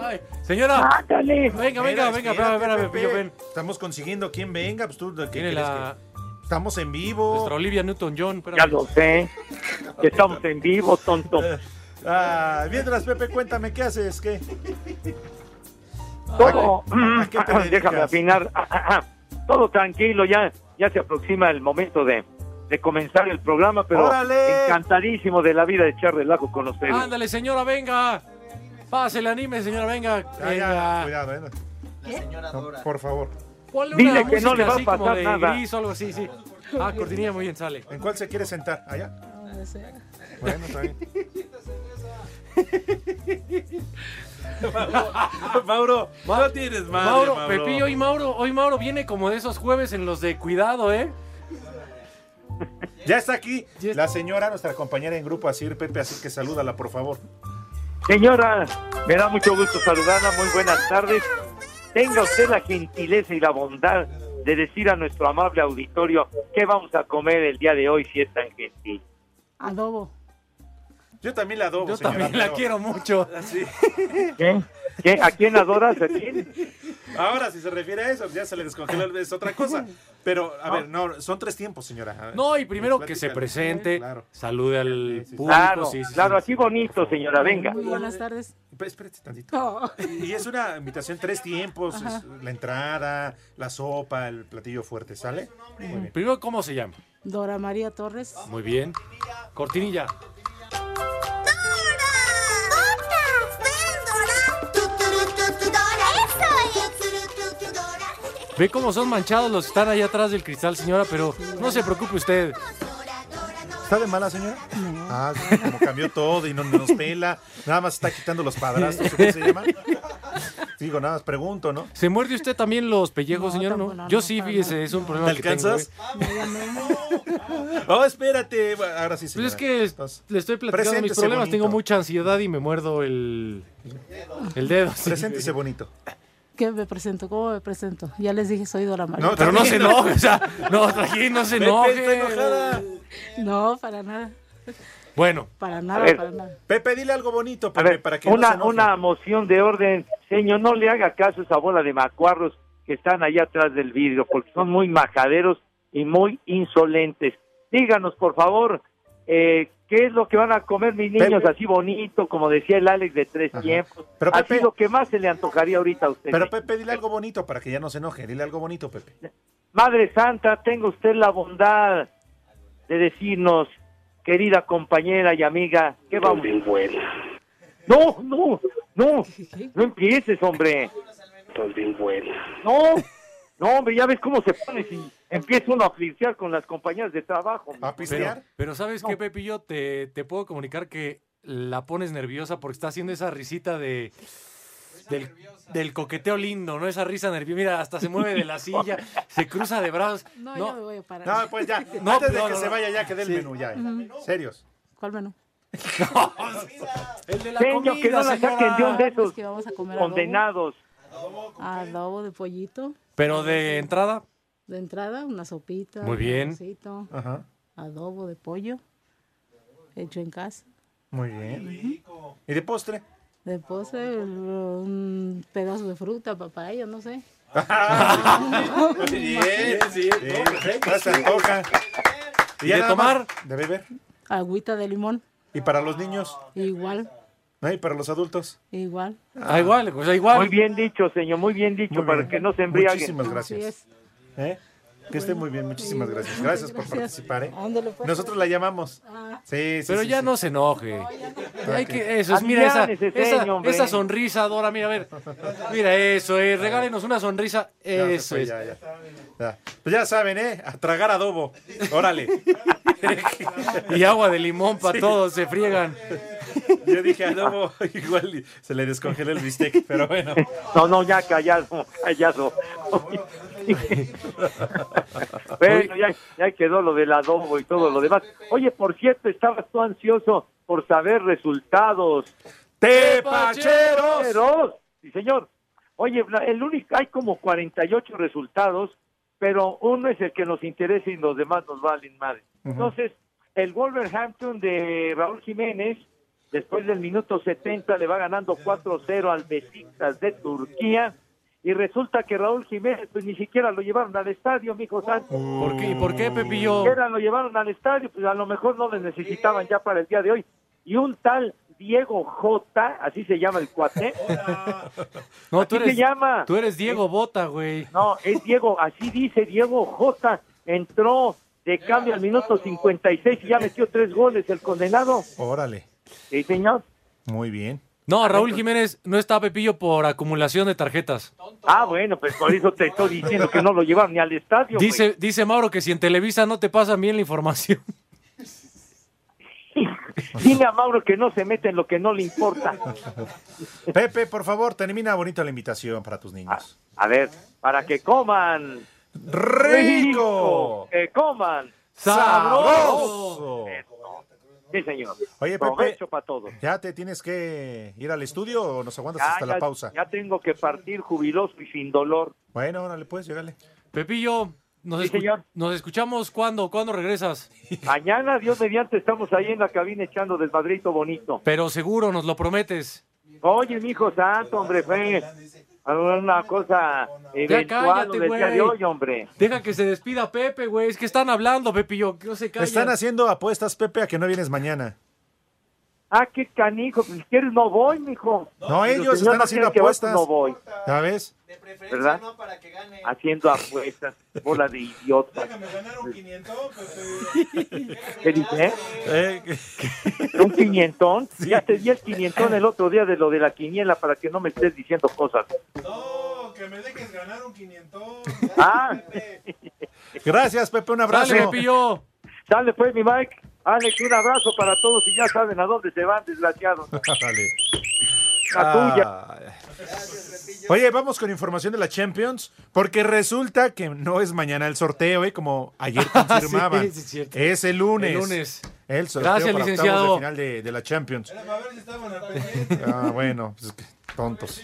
Ay, señora. Ándale. Venga, venga, venga, espérame, espérame, Pillo, ven. Estamos consiguiendo quién venga, pues tú, ¿qué Tiene quieres la- que- Estamos en vivo. Nuestra Olivia Newton-John. Ya lo sé. que Estamos en vivo, tonto. Ah, mientras, Pepe, cuéntame, ¿qué haces? ¿Qué? Todo, ¿A Ah, qué te dedicas? mm, ah, déjame afinar. Ah, Todo tranquilo, ya, ya se aproxima el momento de, de comenzar el programa, pero ¡Órale! encantadísimo de la vida de echar relajo con ustedes. Ándale, señora, venga. Pásele, anime, señora, venga. Ah, Venga. ya, cuidado, eh. No, por favor. Ponle Dile una que no música le va a así como pasar de nada. gris o algo así, sí. Ah, cortinilla, muy bien, sale. ¿En cuál se quiere sentar? ¿Allá? Bueno, está bien. Mauro, no tienes madre, Mauro, Mauro. Pepillo, hoy Mauro, hoy Mauro viene como de esos jueves en los de cuidado, ¿eh? Ya está aquí la señora, nuestra compañera en grupo, Asir Pepe, así que salúdala, por favor. Señora, me da mucho gusto saludarla, muy buenas tardes. Tenga usted la gentileza y la bondad de decir a nuestro amable auditorio qué vamos a comer el día de hoy si es tan gentil. Adobo. Yo también la adobo, Yo señora, también la pero- quiero mucho. ¿Qué? ¿Qué? ¿A quién adoras? ¿A quién? Ahora, si se refiere a eso, ya se le descongeló, el- es otra cosa. Pero, a ver, no, son tres tiempos, señora. A ver, No, y primero que platícanos. se presente, Claro. salude al público. Claro, sí, sí, sí. claro, así bonito, señora, venga. Muy buenas tardes. Pe- Pues, Espérate tantito. Y es una invitación tres tiempos, Ajá. es la entrada, la sopa, el platillo fuerte, ¿sale? Muy bien. Primero, ¿cómo se llama? Dora María Torres. Muy bien. Cortinilla. Ve cómo son manchados los que están allá atrás del cristal, señora, pero no se preocupe usted. ¿Está de mala, señora? Ah, como cambió todo y no nos pela, nada más está quitando los padrastros, ¿o ¿cómo se llama? Digo, nada más pregunto, ¿no? ¿Se muerde usted también los pellejos, señora? No. Yo sí, fíjese, es un problema ¿Te que tengo. alcanzas? ¿eh? Oh, espérate, bueno, ahora sí, Pues señora. es que le estoy platicando mis preséntese problemas, bonito. tengo mucha ansiedad y me muerdo el, el dedo. sí. Preséntese bonito. ¿Qué me presento? ¿Cómo me presento? Ya les dije, soy Dora María. pero no se enoje, o sea, no, Trajín, no se Pepe está enoje. enojada. No, para nada. Bueno, Para A nada, ver. para nada. Pepe, dile algo bonito, A Pepe, ver, para que no se una, enoje. una moción de orden. Señor, no le haga caso a esa bola de macuarros que están allá atrás del vidrio, porque son muy majaderos y muy insolentes. Díganos, por favor, eh, ¿qué es lo que van a comer mis niños así bonito, como decía el Alex de tres tiempos? Pero, así Pepe- lo que más se le antojaría ahorita a usted. Pero Pepe, dile algo bonito para que ya no se enoje, dile algo bonito, Pepe. Madre Santa, tenga usted la bondad de de decirnos, querida compañera y amiga, ¿qué vamos? No, no, no, no empieces, hombre. No, no, hombre, ya ves cómo se pone si empieza uno a flirtear con las compañeras de trabajo. hombre. Pero, pero ¿sabes qué, Pepillo? Te, te puedo comunicar que la pones nerviosa porque está haciendo esa risita de... Del, del coqueteo lindo, ¿no? Esa risa nerviosa. Mira, hasta se mueve de la silla, se cruza de brazos. No, No. yo me voy a parar. No, pues ya. No, Antes de no, que no, se no. vaya ya, que dé el Sí. menú ya. eh. Ujú. Serios. ¿Cuál menú? El de la Señor, que comida, no la señora. saquen de un de esos que vamos a comer adobo. Condenados. Adobo de pollito, Pero de entrada, de entrada, una sopita. Muy un bien. arrocito, Ajá. Adobo de pollo, hecho en casa. Muy bien. ¿Y de postre? De postre, el- un pedazo de fruta, papaya, no sé. Muy bien, sí. perfecto. Ya se antoja. ¿Y de ya nada más, tomar? De beber. Agüita de limón, ¿Y para los niños? igual, ¿No? ¿Y para los adultos? igual. Ah, igual, o sea, igual. Muy bien dicho, señor, muy bien dicho, Muy para bien. que no se embriaguen. Muchísimas Así gracias. es. ¿Eh? Que esté muy bien, muchísimas gracias. Gracias por Gracias. participar. ¿eh? Ándale, pues. Nosotros la llamamos. Sí, sí. Pero sí, ya sí. no se enoje. Hay que, eso es, Así mira esa, llames, ese esa, señor, hombre. esa sonrisa, Dora, mira, a ver. Mira eso, eh, regálenos una sonrisa. Ya se Eso fue, es. pues, ya, ya. Ya. Pues ya saben, ¿eh? A tragar adobo. Órale. Y agua de limón para todos, se friegan. Yo dije adobo, igual y se le descongela el bistec, pero bueno. No, no, ya callado, callado. bueno, ya, ya quedó lo del adobo y todo lo demás. Oye, por cierto, estabas tú ansioso por saber resultados. ¡Tepacheros! ¡Tepacheros! Sí, señor. Oye, la- el único, hay como 48 resultados, pero uno es el que nos interesa y los demás nos valen madre. Entonces, el Wolverhampton de Raúl Jiménez, después del minuto 70, le va ganando 4-0 al Besiktas de Turquía. Y resulta que Raúl Jiménez, pues ni siquiera lo llevaron al estadio, mijo Santos. ¿Por qué, ¿Por qué, Ni Pepillo? siquiera lo llevaron al estadio, pues a lo mejor no le necesitaban ya para el día de hoy. Y un tal Diego J, así se llama el cuate. No, tú Así eres, se llama. tú eres Diego Bota, güey. No, es Diego, así dice Diego J. Entró de cambio al minuto 56 y ya metió tres goles el condenado. Órale. Sí, señor. Muy bien. No, Raúl Jiménez no está Pepillo por acumulación de tarjetas. Ah, bueno, pues por eso te estoy diciendo que no lo llevaron ni al estadio. güey. Dice, dice Mauro que si en Televisa no te pasan bien la información. Dile a Mauro que no se mete en lo que no le importa. Pepe, por favor, termina bonito la invitación para tus niños. A ver, para que coman. ¡Rico! Que coman. ¡Sabroso! Sí, señor. Oye, Pepe, Provecho para todos. ¿ya te tienes que ir al estudio o nos aguantas Ya, hasta la ya- pausa? ya tengo que partir jubiloso y sin dolor. Bueno, órale, pues, llégale. Pepillo, nos, Sí, escu- señor. nos escuchamos cuando, cuando regresas. Mañana, Dios mediante, estamos ahí en la cabina echando del madrito bonito. Pero seguro, nos lo prometes. Oye, mi hijo santo, hombre, fue una cosa eventual cállate, del día güey. de hoy, hombre. Deja que se despida Pepe, güey. Es que están hablando, Pepillo. que No se callan. Están haciendo apuestas, Pepe, a que no vienes mañana. Ah, qué canijo, pues, si quieres no voy, mijo. No, Si ellos los señores están no quieren haciendo que vaya, pues, apuestas. No voy, ¿Sabes? ¿verdad? Haciendo apuestas, bola de idiota. ¿Qué dice? Eh, ¿Un quinientón? Ya te di el quinientón el otro día de lo de la quiniela para que no me estés diciendo cosas. que me dejes ganar un 500. Ah, gracias, Pepe, un abrazo. Dale, Pepillo. sale pues mi Mike. Alex, un abrazo para todos y ya saben a dónde se van, desgraciados. Órale. La tuya. Ah. Oye, vamos con información de la Champions, porque resulta que no es mañana el sorteo, ¿eh? como ayer Sí, confirmaban. sí, es cierto. es el lunes. El lunes. El sorteo Gracias, para octavos licenciado. de final de, de la Champions. Ah, bueno, pues, qué tontos.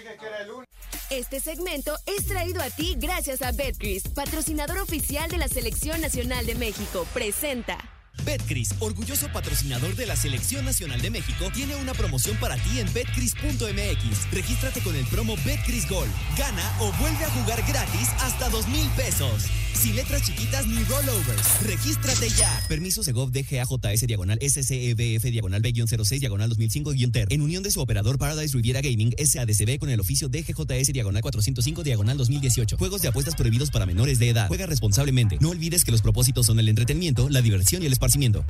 Este segmento es traído a ti gracias a Betcris, patrocinador oficial de la Selección Nacional de México. Presenta. Betcris, orgulloso patrocinador de la Selección Nacional de México, tiene una promoción para ti en betcris.mx. Regístrate con el promo Betcris Gol. Gana o vuelve a jugar gratis hasta dos mil pesos. Sin letras chiquitas ni rollovers. Regístrate ya. Permiso Segov DGAJS diagonal SCEBF diagonal B-06 diagonal 2005-TER. En unión de su operador Paradise Riviera Gaming SADCB con el oficio DGJS diagonal 405 diagonal 2018. Juegos de apuestas prohibidos para menores de edad. Juega responsablemente. No olvides que los propósitos son el entretenimiento, la diversión y el esparcimiento. definiendo.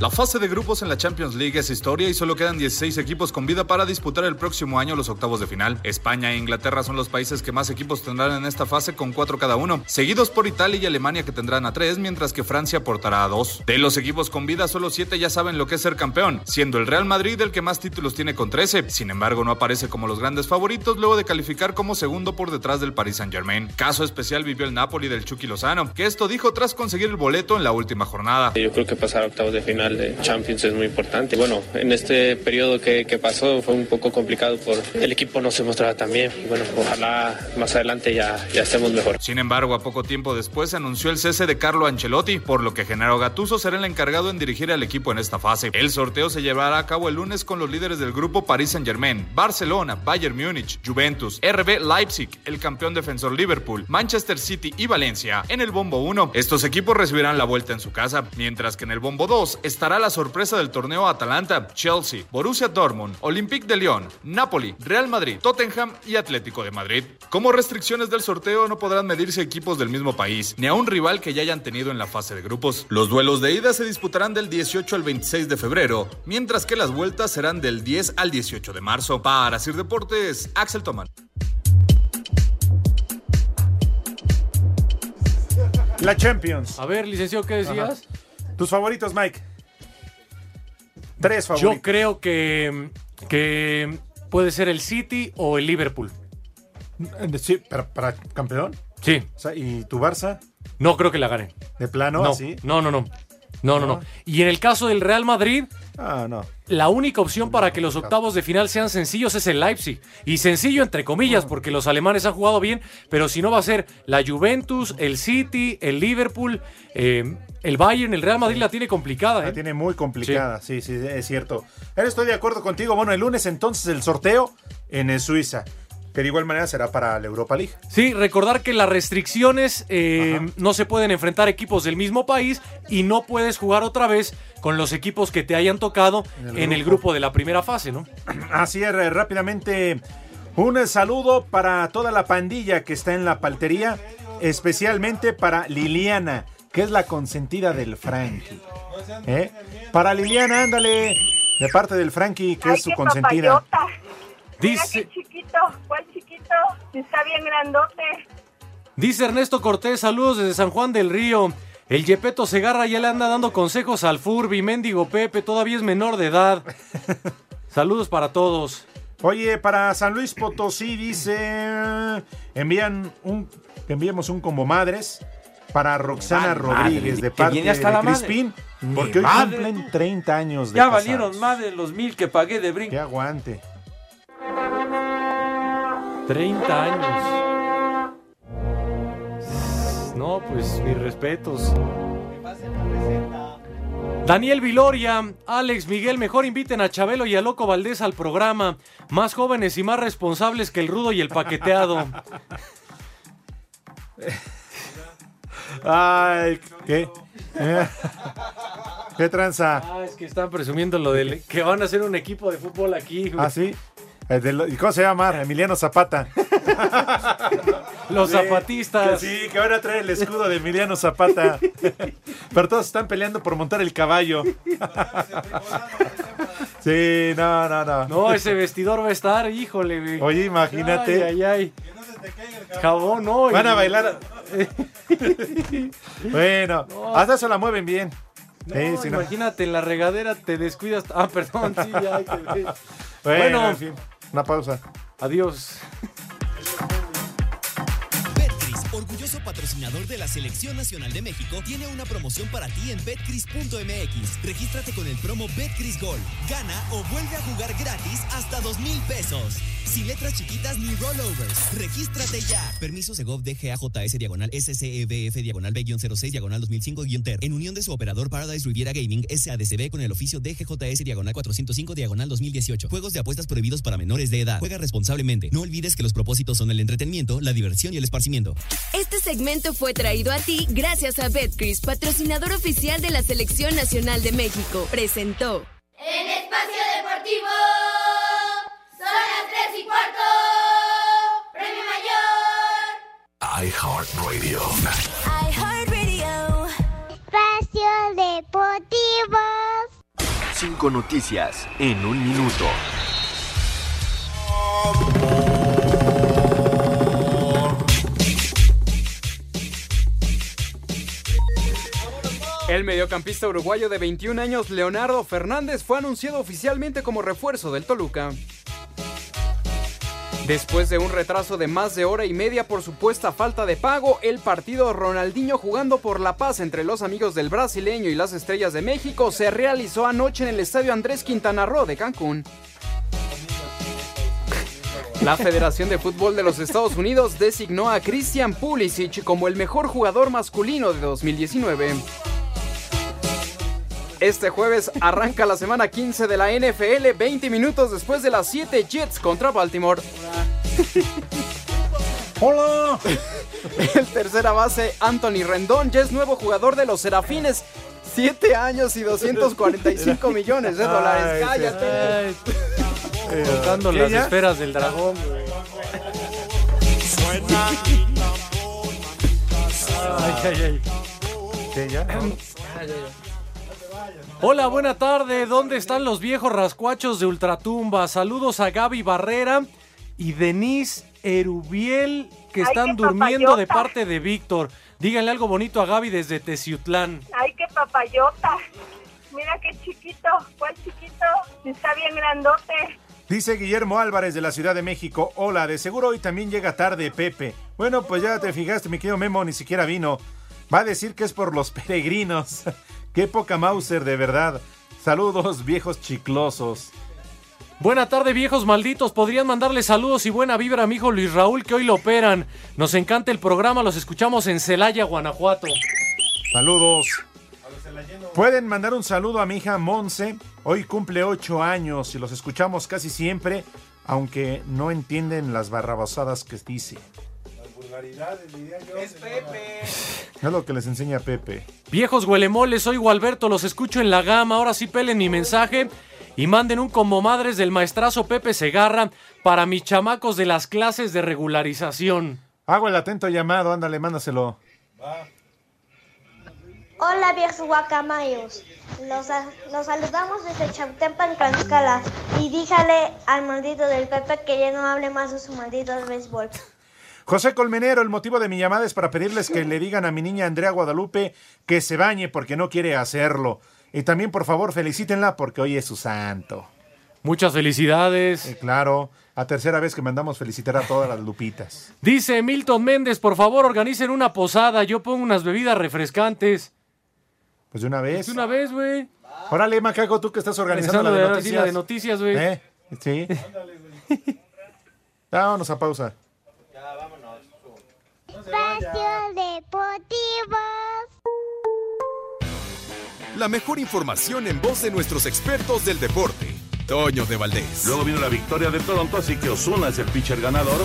La fase de grupos en la Champions League es historia y solo quedan 16 equipos con vida para disputar el próximo año los octavos de final. España e Inglaterra son los países que más equipos tendrán en esta fase con cuatro cada uno, seguidos por Italia y Alemania que tendrán a tres, mientras que Francia aportará a dos. De los equipos con vida, solo siete ya saben lo que es ser campeón, siendo el Real Madrid el que más títulos tiene con 13. Sin embargo, no aparece como los grandes favoritos luego de calificar como segundo por detrás del Paris Saint-Germain. Caso especial vivió el Napoli del Chucky Lozano, que esto dijo tras conseguir el boleto en la última jornada. Yo creo que pasar a octavos de final de Champions es muy importante. Bueno, en este periodo que, que pasó fue un poco complicado por el equipo no se mostraba tan bien. Y Bueno, ojalá más adelante ya, ya estemos mejor. Sin embargo, a poco tiempo después se anunció el cese de Carlo Ancelotti, por lo que Genaro Gattuso será el encargado en dirigir al equipo en esta fase. El sorteo se llevará a cabo el lunes con los líderes del grupo Paris Saint-Germain, Barcelona, Bayern Múnich, Juventus, RB Leipzig, el campeón defensor Liverpool, Manchester City y Valencia. En el bombo 1, estos equipos recibirán la vuelta en su casa, mientras que en el bombo 2 estará la sorpresa del torneo Atalanta, Chelsea, Borussia Dortmund, Olympique de Lyon, Napoli, Real Madrid, Tottenham y Atlético de Madrid. Como restricciones del sorteo no podrán medirse equipos del mismo país, ni a un rival que ya hayan tenido en la fase de grupos. Los duelos de ida se disputarán del 18 al 26 de febrero, mientras que las vueltas serán del 10 al 18 de marzo. Para Sir Deportes, Axel Toman. La Champions. A ver, licenciado, ¿qué decías? Tus favoritos, Mike. Tres favoritos. Yo creo que, que puede ser el City o el Liverpool. Sí, para, para campeón. Sí. O sea, ¿Y tu Barça? No creo que la ganen. ¿De plano? No, así? no, no, no. No, no, no. Y en el caso del Real Madrid, Ah, no. la única opción para que los octavos de final sean sencillos es el Leipzig. Y sencillo entre Ah. comillas, porque los alemanes han jugado bien, pero si no va a ser la Juventus, el City, el Liverpool, eh, el Bayern, el Real Madrid la tiene complicada. La ¿eh? tiene muy complicada, sí. sí, es cierto. Ahora estoy de acuerdo contigo. Bueno, el lunes entonces el sorteo en eh, Suiza, que de igual manera será para la Europa League. Sí, recordar que las restricciones eh, no se pueden enfrentar equipos del mismo país y no puedes jugar otra vez con los equipos que te hayan tocado en En el el grupo, de la primera fase, ¿no? Así es, eh, rápidamente un eh, saludo para toda la pandilla que está en la paltería, especialmente para Liliana, que es la consentida del Frankie. ¿eh? Para Liliana, ándale, de parte del Frankie, que Ay, es su qué consentida. papayota. Dice, Chiquito, ¿cuál chiquito? Está bien grandote. Dice Ernesto Cortés, saludos desde San Juan del Río. El Yepeto Segarra ya le anda dando consejos al Furby, mendigo Pepe, todavía es menor de edad. saludos para todos. Oye, para San Luis Potosí dice, envían un, que enviemos un combo madres para Vale, Roxana Rodríguez madre, de que parte viene hasta de la madre. Crispín, Mi porque hoy madre, cumplen 30 años de Ya casados. valieron más de los mil que pagué de brinco. Que aguante. 30 años. No, pues mis respetos. Daniel Viloria, Alex Miguel, mejor inviten a Chabelo y a Loco Valdés al programa. Más jóvenes y más responsables que el rudo y el paqueteado. Ay, ¿qué? Eh, ¿Qué tranza? Ah, es que están presumiendo lo del que van a hacer un equipo de fútbol aquí. güey. ¿Ah, sí? Eh, de lo- ¿y ¿Cómo se llama? Emiliano Zapata. Los Sí, zapatistas. que sí, que van a traer el escudo de Emiliano Zapata. Pero todos están peleando por montar el caballo. Sí, no, no, no. No, ese vestidor va a estar, híjole, güey. Oye, imagínate. Ay, ay, ay. Jabón, no. Van y- a bailar. Bueno, No. hasta se la mueven bien. No, Sí, sí, no. imagínate, en la regadera te descuidas. Ah, perdón, sí, ya. ay, qué- Bueno, Bueno. en fin, una pausa. Adiós. Betcris, orgulloso patrocinador de la Selección Nacional de México, tiene una promoción para ti en betcris.mx. Regístrate con el promo Betcris Gol. Gana o vuelve a jugar gratis hasta dos mil pesos. Sin letras chiquitas ni rollovers. Regístrate ya. Permiso Segov DGAJS diagonal SCEBF diagonal B-06 diagonal 2005-TER. En unión de su operador Paradise Riviera Gaming SADCB con el oficio DGJS diagonal 405 diagonal 2018. Juegos de apuestas prohibidos para menores de edad. Juega responsablemente. No olvides que los propósitos son el entretenimiento, la diversión y el esparcimiento. Este segmento fue traído a ti gracias a Betcris, patrocinador oficial de la Selección Nacional de México. Presentó. En Espacio Deportivo son las 3 y cuarto. Premio Mayor. iHeartRadio. iHeartRadio. Espacio Cinco noticias en un minuto. El mediocampista uruguayo de 21 años, Leonardo Fernández, fue anunciado oficialmente como refuerzo del Toluca. Después de un retraso de más de hora y media por supuesta falta de pago, el partido Ronaldinho jugando por la paz entre los amigos del brasileño y las estrellas de México se realizó anoche en el estadio Andrés Quintana Roo de Cancún. La Federación de Fútbol de los Estados Unidos designó a Christian Pulisic como el mejor jugador masculino de 2019. Este jueves arranca la semana 15 de la NFL, 20 minutos después de las 7 Jets contra Baltimore. ¡Hola! El tercera base, Anthony Rendón, ya es nuevo jugador de los Serafines. 7 años y 245 millones de dólares. Ay, ¡Cállate! Contando ¿Qué las ya? esferas del dragón. güey. Ay, ay, ay. Ah, Hola, buena tarde. ¿Dónde están los viejos rascuachos de Ultratumba? Saludos a Gaby Barrera y Denise Erubiel que Ay, están qué durmiendo de papayota. parte de Víctor. Díganle algo bonito a Gaby desde Teciutlán. Ay, qué papayota. Mira qué chiquito. ¿Cuál chiquito? Está bien grandote. Dice Guillermo Álvarez de la Ciudad de México. Hola, de seguro hoy también llega tarde, Pepe. Bueno, pues ya te fijaste, mi querido Memo, ni siquiera vino. Va a decir que es por los peregrinos. Qué poca Mauser, de verdad. Saludos, viejos chiclosos. Buena tarde, viejos malditos. Podrían mandarle saludos y buena vibra a mi hijo Luis Raúl, que hoy lo operan. Nos encanta el programa, los escuchamos en Celaya, Guanajuato. Saludos. Pueden mandar un saludo a mi hija Monse. Hoy cumple ocho años y los escuchamos casi siempre, aunque no entienden las barrabasadas que dice. Es Pepe. Es lo que les enseña Pepe. Viejos huelemoles, soy Gualberto, los escucho en la gama. Ahora sí pelen mi mensaje y manden un como madres del maestrazo Pepe Segarra para mis chamacos de las clases de regularización. Hago el atento llamado, ándale, mándaselo. Hola viejos guacamayos, los, a- los saludamos desde Chautempan, Tlaxcala y díjale al maldito del Pepe que ya no hable más de su maldito béisbol. José Colmenero, el motivo de mi llamada es para pedirles que le digan a mi niña Andrea Guadalupe que se bañe porque no quiere hacerlo. Y también, por favor, felicítenla porque hoy es su santo. Muchas felicidades. claro, a tercera vez que mandamos felicitar a todas las lupitas. Dice Milton Méndez, por favor, organicen una posada. Yo pongo unas bebidas refrescantes. Pues de una vez. De una vez, güey. Órale, Macaco, tú que estás organizando la Organizando la- de sí, noticias. la de noticias, güey. ¿Eh? Sí. Vámonos a pausa. Espacio Deportivo. La mejor información en voz de nuestros expertos del deporte. Toño de Valdés. Luego vino la victoria de Toronto, así que Osuna es el pitcher ganador.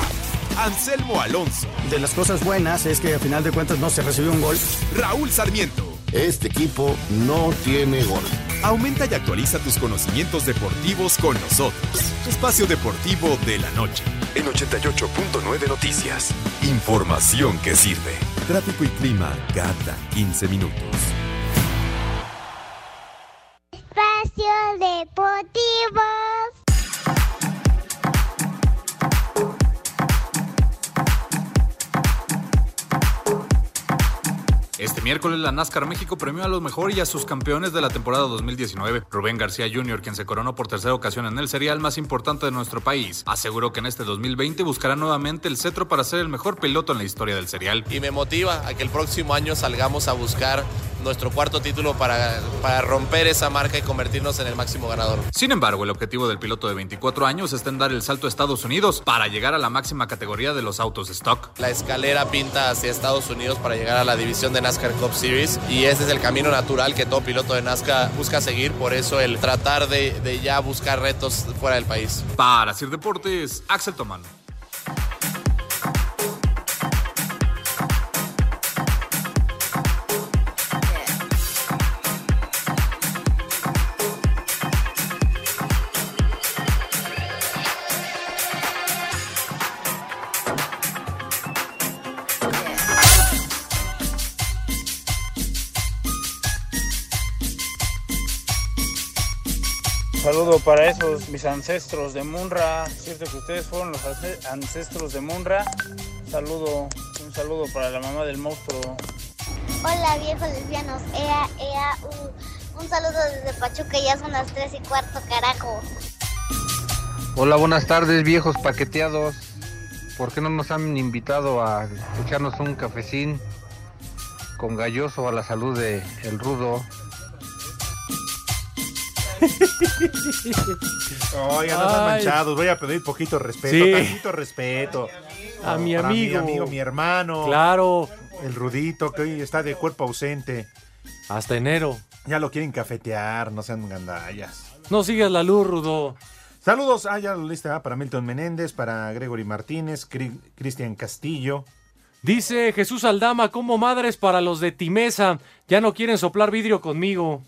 Anselmo Alonso. De las cosas buenas es que a final de cuentas no se recibió un gol. Raúl Sarmiento. Este equipo no tiene gol. Aumenta y actualiza tus conocimientos deportivos con nosotros. Espacio Deportivo de la Noche. En 88.9 Noticias. Información que sirve. Tráfico y clima cada 15 minutos. Espacio Deportivo. Este miércoles la NASCAR México premió a los mejor y a sus campeones de la temporada 2019. Rubén García Jr., quien se coronó por tercera ocasión en el serial más importante de nuestro país, aseguró que en este 2020 buscará nuevamente el cetro para ser el mejor piloto en la historia del serial. y me motiva a que el próximo año salgamos a buscar nuestro cuarto título para, para romper esa marca y convertirnos en el máximo ganador. Sin embargo, el objetivo del piloto de 24 años está en dar el salto a Estados Unidos para llegar a la máxima categoría de los autos stock. La escalera pinta hacia Estados Unidos para llegar a la división de NASCAR Cup Series y ese es el camino natural que todo piloto de NASCAR busca seguir, por eso el tratar de, de ya buscar retos fuera del país. Para Sir Deportes, Axel Tomán. saludo para esos, mis ancestros de Munra. Cierto que ustedes fueron los ance- ancestros de Munra. Saludo, un saludo para la mamá del monstruo. Hola viejos lesbianos, ea, ea, u. Un saludo desde Pachuca, ya son las 3 y cuarto, carajo. Hola, buenas tardes, viejos paqueteados. ¿Por qué no nos han invitado a echarnos un cafecín con galloso a la salud de El Rudo? Oigan, andan Ay. manchados. Voy a pedir poquito respeto, Sí. tantito respeto. A mi Para amigo. mi amigo, mi hermano. Claro. El rudito que hoy está de cuerpo ausente. Hasta enero. Ya lo quieren cafetear, no sean gandallas. No sigas la luz, Rudo. Saludos, ah, ya la lista va para Milton Menéndez, para Gregory Martínez, Cri- Cristian Castillo. Dice Jesús Aldama, como madres para los de Timesa, ya no quieren soplar vidrio conmigo.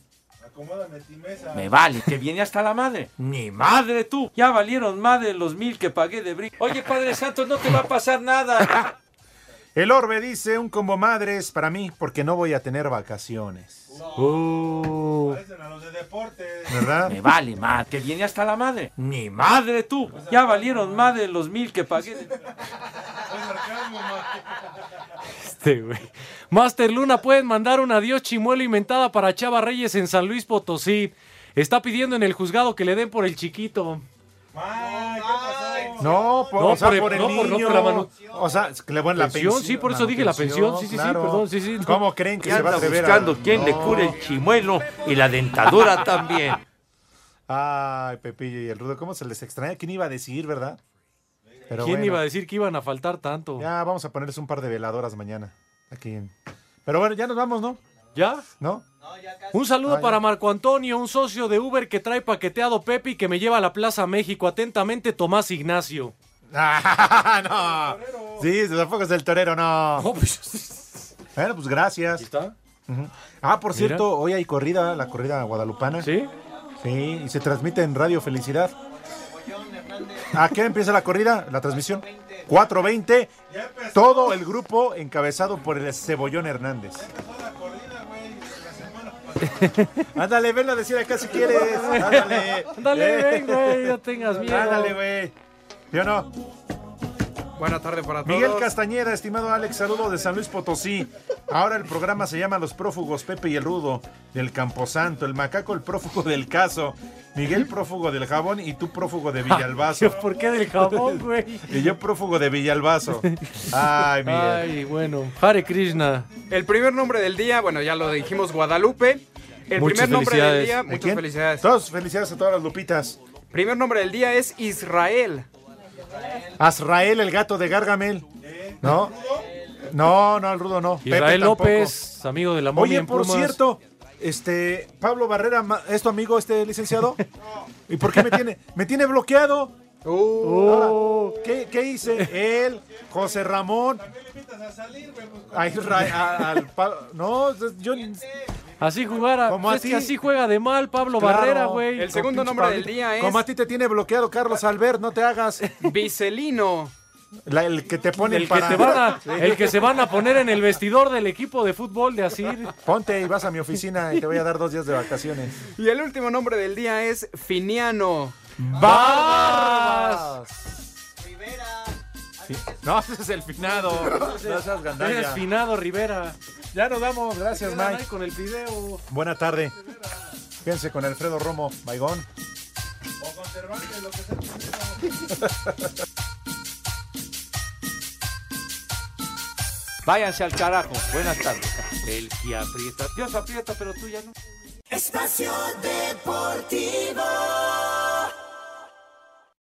Me vale, que viene hasta la madre. Ni madre tú. Ya valieron madre los mil que pagué de brinco. Oye, Padre Santo, no te va a pasar nada. El Orbe dice, un combo madres para mí, porque no voy a tener vacaciones. Uh. ¿Verdad? Me vale, madre, que viene hasta la madre. Ni madre tú. Ya valieron madre los mil que pagué. de- Este, güey. Master Luna, pueden mandar un adiós chimuelo inventada para Chava Reyes en San Luis Potosí. Está pidiendo en el juzgado que le den por el chiquito. No, por, No, o sea, por el- por el no, por- no, niño. por la manu- o sea, es que le ponen la Pensión, pensión. sí, por eso dije la pensión, sí, sí, sí, perdón, sí, sí, no. ¿Cómo creen que Ya se va a anda atrever a- buscando quién le No. cure el chimuelo y la dentadura también. Ay, Pepillo y el Rudo, ¿cómo se les extraña? ¿Quién iba a decir, verdad? Pero ¿Quién bueno. iba a decir que iban a faltar tanto? Ya vamos a ponerles un par de veladoras mañana. Aquí. en- Pero bueno, ya nos vamos, ¿no? ¿Ya? ¿No? Un saludo Ah, ya. para Marco Antonio, un socio de Uber que trae paqueteado Pepe y que me lleva a la Plaza México. Atentamente, Tomás Ignacio. Ah, no. Sí, tampoco es el torero, no. Bueno, pues gracias. ¿Está? Ah, por Mira. cierto, hoy hay corrida, la corrida guadalupana. ¿Sí? Sí, y se transmite en Radio Felicidad. ¿A qué hora empieza la corrida? La transmisión. 4.20. Todo el grupo encabezado por el Cebollón Hernández. Ándale, venlo a decir acá si quieres. Ándale. Ándale, Eh. ven, güey, no tengas miedo. Ándale, güey. Yo no. Buena tarde para todos. Miguel Castañeda, estimado Alex, saludos de San Luis Potosí. Ahora el programa se llama Los prófugos Pepe y el Rudo, del Camposanto, el macaco, el prófugo del caso, Miguel prófugo del jabón y tú prófugo de Villalbazo. ¿Por qué del jabón, güey? y yo prófugo de Villalbazo. Ay, Miguel. Ay, bueno. Hare Krishna. El primer nombre del día, bueno, ya lo dijimos Guadalupe. El Muchas primer nombre del felicidades. día, ¿De muchas quién? felicidades. Todos felicidades a todas las lupitas. Primer nombre del día es Israel. Azrael, el gato de Gargamel. ¿No? No, no, el Rudo no. Pepe Israel tampoco. López, Pues, amigo de la momia Oye, en por Pumas. cierto, este Pablo Barrera, ma- ¿es tu amigo este licenciado? ¿Y por qué me tiene? Me tiene bloqueado. Uh. Ahora, ¿qué, qué hice? Él, José Ramón. pues, a Israel, a- al Pa- No, yo. Así jugara. Como es a ti. que así juega de mal Pablo Claro. Barrera, güey. El segundo Pinche nombre del Pablito. día es- Como a ti te tiene bloqueado Carlos Albert, no te hagas. Vicelino. La- el que te pone El que, para- te van a- Sí. el que se van a poner en el vestidor del equipo de fútbol de Asir. Ponte y vas a mi oficina y te voy a dar dos días de vacaciones. Y el último nombre del día es Finiano. ¡Barbas! No, ese es el finado. No seas gandalla. Eres finado, Rivera. Ya nos vamos. Gracias, Quedan Mike. ahí Con el video. Buena tarde. Fíjense con Alfredo Romo, Baigón. Váyanse al carajo. Buenas tardes. El que aprieta. Dios aprieta, pero tú ya no. Espacio Deportivo.